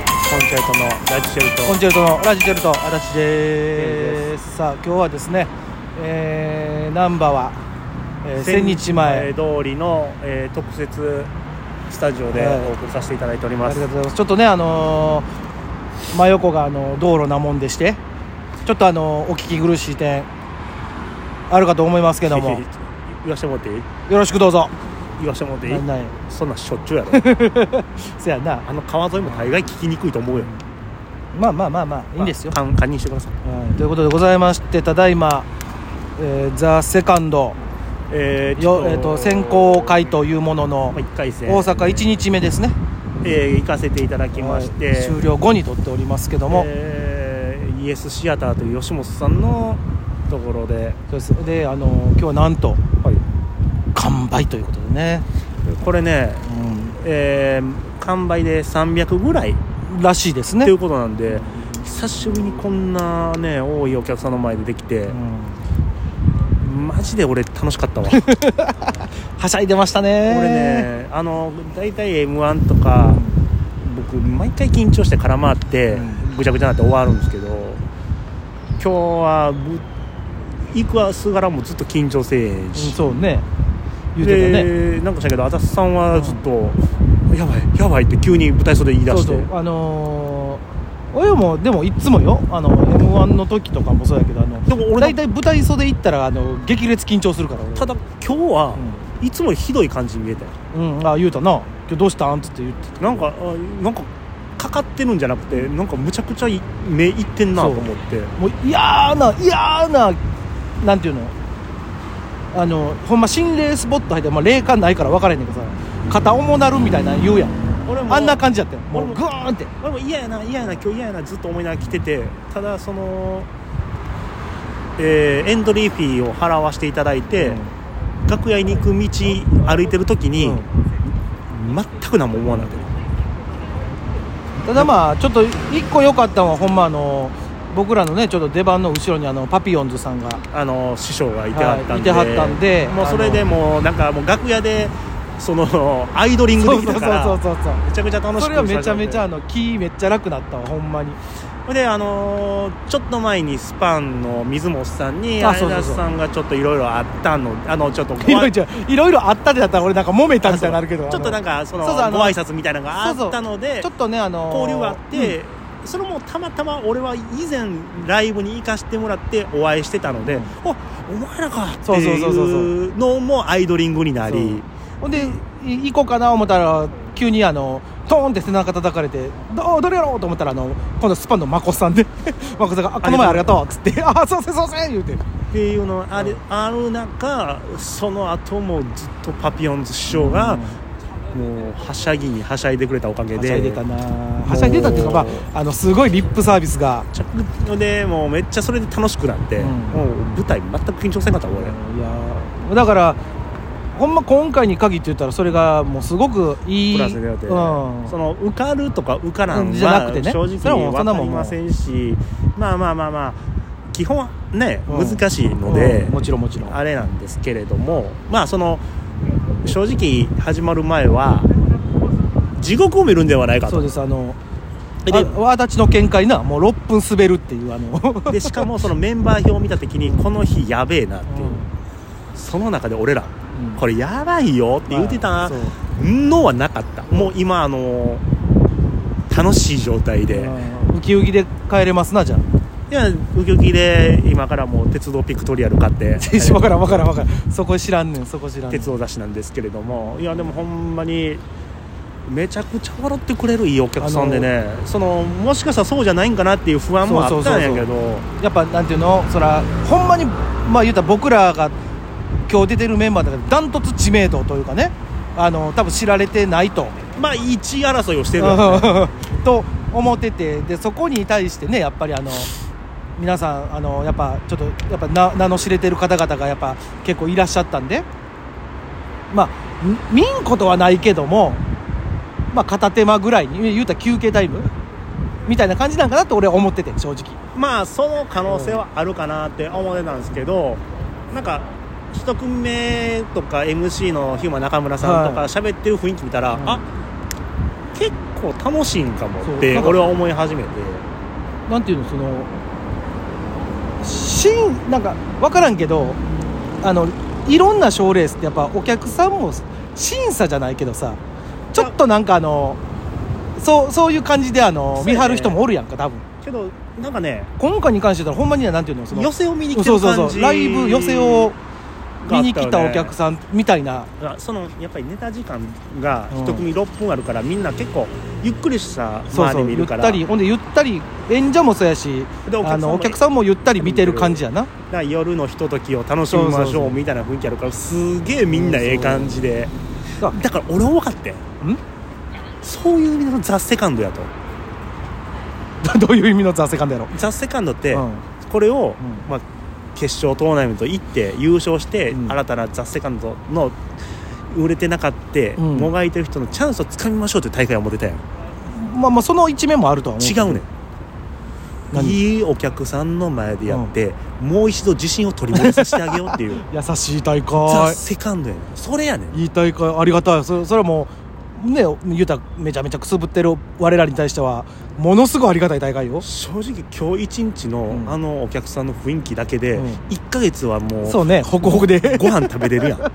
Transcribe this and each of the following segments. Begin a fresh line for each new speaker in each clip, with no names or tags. トのラジシェルト
コンチェルトのラジチェルト足立です
で
さあ今日はですね、えー、難波は、えー、千日前、
通りの、えー特設スタジオで
はい
お送りさせていただいており
あ
ま
り
す、
がとうございますちょっとねあのー真横があの道路なもんでしてちょっとあのーお聞き苦しい点あるかと思いますけど も
言わしてもらっていい
よろしくどうぞ
言わしてもらっていい
なんなんや
そんなんしょっちゅうや ろ
せやな
あの川沿いも大概聞きにくいと思うよ
まあまあまあまあいいんですよ、
まあ勘勘にしてください
はい、ということでございましてただいま、えー、ザ・セカンド
えーちょっ
よ、えー、と選考会というものの
まあ、1回戦
大阪1日目ですね
えー行かせていただきまして、
はい終了後に撮っておりますけども、
えーイエスシアターという吉本さんのところで、
そうですであの今日はなんと完売ということでね、
これね、
う
えー完売で300ぐらい
ん、らしいです
と
ね
いうことなんで、久しぶりにこんなね多いお客さんの前でできて
う、ん
マジで俺楽しか ったわ
はしゃいでましたね
俺ねあの大体 m 1とか僕毎回緊張して空回って
うん
ぐちゃぐちゃになって終わるんですけど今日はぶ行くはすがらもずっと緊張せえへん
うん
し、
そうね言うてたね
でなんかしたけど足立さんはずっと「やばいやばい」って急に舞台袖言い出
そう
して
そうあのー俺もでもいつもよあの m 1の時とかもそうやけどあの
でも俺
大体舞台袖行ったらあの激烈緊張するから俺
ただ今日はいつもよりひどい感じに見えたよ
うん、うん、あ言うたな今日どうしたんっつって言って
なんかあなんかかかってるんじゃなくてなんかむちゃくちゃい目いってんなと思って
もう嫌な嫌ななんていうのあのほんま心霊スポット入って、まあ、霊感ないから分からへんねんけどさ肩重なるみたいなの言うやん
俺
あんな感じやったよも
俺も
うグーンって
俺も嫌やな嫌やな今日嫌やなずっと思いながら来ててただその、えーエントリーフィーを払わせていただいて、楽屋に行く道歩いてる時に、
うん
全く何も思わなくて
ただまあちょっと一個良かったのはほんまあの僕らのねちょっと出番の後ろにあのパピヨンズさんが
あの師匠がいてはったんで,、
はいいてはったんで
もうそれでもうなんかもう楽屋でそのアイドリングできたから
そうそうそうそう
めちゃくちゃ楽しく
それはめちゃめちゃあ
の
の気めっちゃ楽なったわほんまに
であのーちょっと前にスパンの水本さんに
あ
アイ
そうそ
ナ
うそう
スさんがちょっといろいろあったのあのちょっとご
いろ
挨
いろいろいろあったでだったら俺なんか揉めたみたいになるけど
ちょっとなんかその
そうそうあの
ご挨拶みたいなのがあ
そうそう
ったので
ちょっとねあの
交流があって、それもたまたま俺は以前ライブに行かしてもらってお会いしてたので、
うん
おお前らかって
そうそうそうそうそう
いうのもアイドリングになり
ほんでい行こうかな思ったら急にあのトーンって背中叩かれて「どうどれやろ?」うと思ったらあの今度スパンのマコさんで マコさんがあ「この前ありがとう」っつって「 ああそうせんそうせん」言うて
っていうのあれ、ある中その後もずっとパピヨンズ師匠が、もうはしゃぎにはしゃいでくれたおかげ
はし
で
ゃいでたなはしゃいでたっていうかまああのすごいリップサービスが
ちゃでもうめっちゃそれで楽しくなって、
うん
もう舞台全く緊張せんかった俺、
いやーだからほんま今回に限って言ったらそれがもうすごくいい
プラスで
う
て、
ん、
その受かるとか受からんは
じゃなくてね
正直
それはもうそ
分
んな
か
もん
りませんしまあまあまあまあ基本はね
うん
難しいので、
うんもちろんもちろん
あれなんですけれどもまあその正直始まる前は地獄を見るんではないか
そう
と
ですあの
で
あ足立の見解なもう6分滑るっていうあの
でしかもそのメンバー表を見た時にこの日やべえなっていう、その中で俺ら
うん
これやばいよって言って
まあ
た
そう
のはなかったもう今あの楽しい状態で、
うんウキウキで帰れますなじゃあ
いやウキウキで今からもう鉄道ピクトリアル買って
全然分からん分からん分からんそこ知らんねんそこ知らんねん
鉄道雑誌なんですけれどもいやでもほんまにめちゃくちゃ笑ってくれるいいお客さんでねそのもしかしたらそうじゃないんかなっていう不安もあ
そう
っ
そう
た
そ
ん
うそう
やけど
やっぱなんていうのそらほんまにまあ言うたら僕らが今日出てるメンバーだからダントツ知名度というかねあの多分知られてないと、
まあ1位争いをしてるよね
と思っててでそこに対してねやっぱりあの皆さんあのやっぱちょっとやっぱ名名の知れてる方々がやっぱ結構いらっしゃったんでまあみ見んことはないけどもまあ片手間ぐらいに言うたら休憩タイムみたいな感じなんかなって俺は思ってて正直
まあその可能性はあるかなって思ってたんですけどなんか一組目とか MC のヒューマン中村さんとか
は
喋ってる雰囲気見たら、
うん
あ結構楽しいんかもっ
そう
て
なんか
俺は思い始めて
なんていうのそのシーンなんか分からんけどあのいろんな賞ーレースってやっぱお客さんも審査じゃないけどさちょっとなんかあのそうそういう感じであ
そ
の、
うやね
見張る人もおるやんか多分
けどなんかね
今回に関して言ったらほんまにねなんていうのその
寄せを見に来て
そう
る
そう
感じ
そうライブ寄せを見に来たお客
さん
さんみたいな
がそのやっぱりネタ時間が一組6分あるから、みんな結構ゆっくりした
そう
周
そ
り
う
見
ゆ
る
っ
から
たりほんでゆったり演者もそうやし
でお客
あ
さんも
のお客さんもゆったり見てる感じやな
だから夜のひとときを楽しみ
そう
ま
そう
し
そ
ょ
う
うみたいな雰囲気あるからすげえみんなええ感じで
そう
だから俺は分かってん
ん
そういう意味でのザ・セカンドやと
どういう意味のザ・セカンドやろ
ザ・セカンドって、
うん
これを、
ん
まあ、決勝トーナメント行って優勝して、
うん
新たなザ・セカンドの売れてなかって、
うん
もがいてる人のチャンスをつかみましょうという大会を持てたやん
まあまあその一面もあるとは思うけ
違
ど
うねん
何
いいお客さんの前でやって、もう一度自信を取り戻させてあげようって いう
優しい大
ザ・
会
セカンドやねんそれやねん
いい大会ありがたいそれそれはもうねゆうためちゃめちゃくすぶってる我らに対してはものすごいありがたい大会よ
正直今日一日の、
うん
あのお客さんの雰囲気だけで、
うん
一1か月はもう
そうねホクホクで
ご飯食べれるやんめ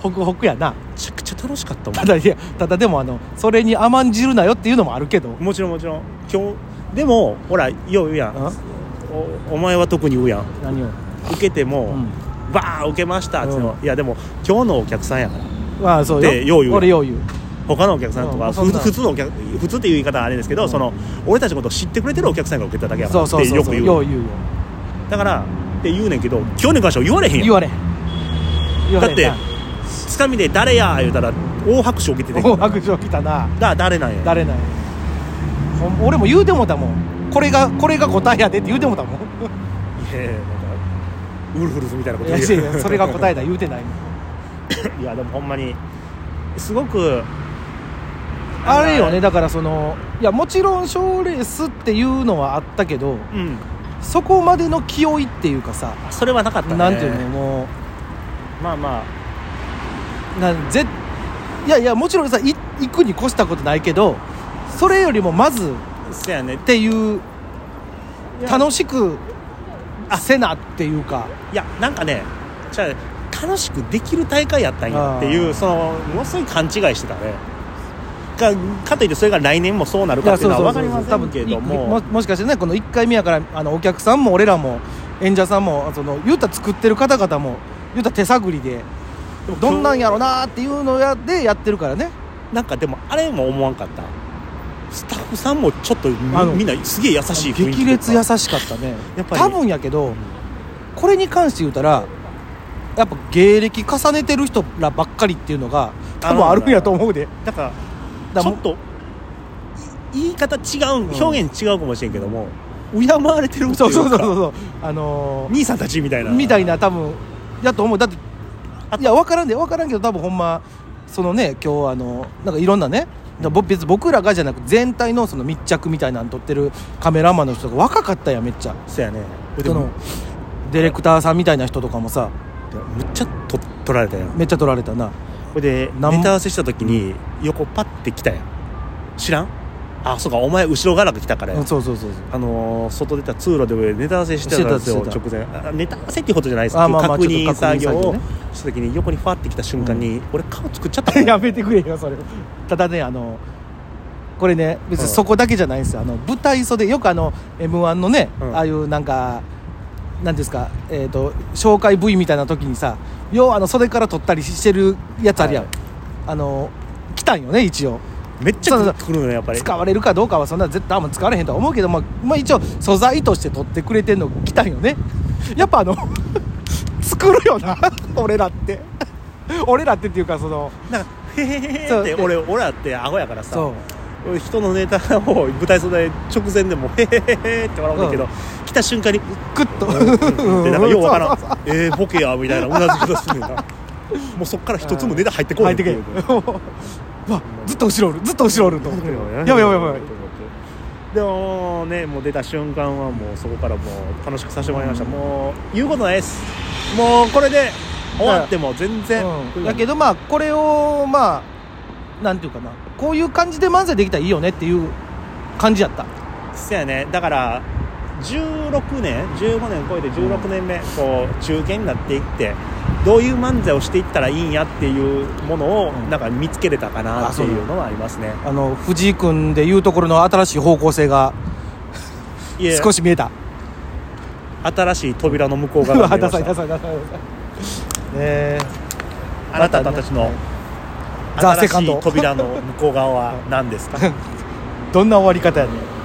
ホクホクやな
ちゃくちゃ楽しかったも
ただいやただでもあのそれに甘んじるなよっていうのもあるけど
んもちろんもちろん今日でもほらよう言うやん
あ
おお前は特に言うやん
何を
受けて
う
も、
ん
バーン受けましたっていうの、
う
いやでも今日のお客さんやから
まあそうよ
でよう言うやん
俺よう言う
他のお客さんと
う
か、
んそん
ふ
な
普通のお客普通っていう言い方はあれですけど、
うん
その俺たちのことを知ってくれてるお客さんが受けただけやか
そ
らっ
う
て
そうそう
よ
そ
く
う
言う
よう言うよ
だからって言うねんけど今日に関しては言われへんやん
言われへん言わ
だっ
れ
て
へんな
つかみで「誰や」言うたら大拍手を受けてて
大白状来たな
だ誰なんや
誰なんやほん俺も言うてもうたもんこれがこれが答えやでって言うてもうたもん
いやいやなんかウルフルズみたいなこ
い
と
や
言
いやいやそれが答え
え
だ言うてないも ん
いやでもほんまにすごく
あれよねだからそのいやもちろん賞ーレースっていうのはあったけ
う
ど
ん
そこまでの気負いっていうかさ
それはなかったね
なんていうのも
まあまあ
うなんぜいやいやもちろんさい行くに越したことないけどそれよりもまずっ
そやね
ていう楽しく
あ
せなっていうか
いやなんかねじゃあ楽しくできる大会やったんやってい
あー
うそのものすごい勘違いしてたねかかといってそれが来年もそうなる
い
か
や
っていう
そう
のは
そう
分
そ
か
う
りませんけど
多分い
も
ももしかしてねこの1回目やからあのお客さんも俺らも演者さんもその言うたら作ってる方々も言うたら手探りで
でも
どんなんやろなーっていうのやでやってるからね
なんかでもあれも思わんかったスタッフさんもちょっとみ
あの
みんなすげえ優しい雰囲気
激烈優しかったね
やっぱり
多分やけどこれに関して言うたらやっぱ芸歴重ねてる人らばっかりっていうのが多分あるんやと思うで
だから
だ
ち
か
ょ
ら
っとい言い方違う、
ん
表現違うかもしれんけども敬われてるっていうか
そうそうそうそうそうあの
兄さんたちみたいな
ー、みたいな多分やと思うだって
あ
いや分からんで分からんけど多分ほんまそのね今日あのなんかいろんなねぼ別に僕らがじゃなく全体のその密着みたいなの撮ってるカメラマンの人が若かったやんめっちゃ
そうやねで
その
も
ディレクターさんみたいな人とかもさ
むっちゃと取られたやん
めっちゃ撮られたな
ほいで
なんも
ネタ合わせした時に横パッて来たやん知らんあそうかお前後ろから来たからや
うんそうそうそうそう
あのー外出た通路で上でネタ合わせしてたんですよ
してたして
直前あネタ合わせっていうことじゃないです
あ
け
ま
ど
あまあ
確
ちょ
認
っと確認
作業
作業
を
ね
した時に横にファってきた瞬間に、俺顔作っちゃった
やめてくれよそれただねあのこれね別にそこだけじゃないんですよあの舞台袖よくあの m 1のね、
うん
ああいうなんかなんていうんですか、えー、と紹介 V みたいな時にさようあの袖から撮ったりしてるやつあるやん、
はい
あの来たんよね一応
めっちゃ来るのよやっぱり
使われるかどうかはそんな絶対あんま使われへんとは思うけど、まあ、まあ一応素材として撮ってくれてんの来たんよね やっぱあの作るよな 俺らって 俺らってっていうかその
なんかへへへ
そ
へ
う
って
で
俺俺らってアホやから
そ
さ
う
俺人のネタを舞台袖直前でもへへへへって笑うんだけど、来た瞬間に
グッと、
でなんかようわからん「えー、ボケや」みたいなうなずき方す るんだもうそっから一つもネタ入ってこな
入
い
ってけ
う
う わずっと後ろおるずっと後ろおると思ってやばいやばいやばい
でもねもう出た瞬間はもうそこからもう楽しくさせてもらいました、もう言うことないですもうこれで終わっても全然、
うんだけどまあこれをまあなんていうかなこういう感じで漫才できたらいいよねっていう感じやった
そやねだから16年15年超えて16年目こう中堅になっていってどういう漫才をしていったらいいんやっていうものを
うん
なんか見つけれたかな
あ
っていうのはありますね
あの藤井君でいうところの新しい方向性が
いえ
少し見えた
新しい扉の向こう
う
側が
わ
見えま
ダサ
し
い
た
ダサいダサいダサいねえ
あなたたちの
ザ
新
セカン
し
ド
い扉の向こう側は何ですか
どんな終わり方やねん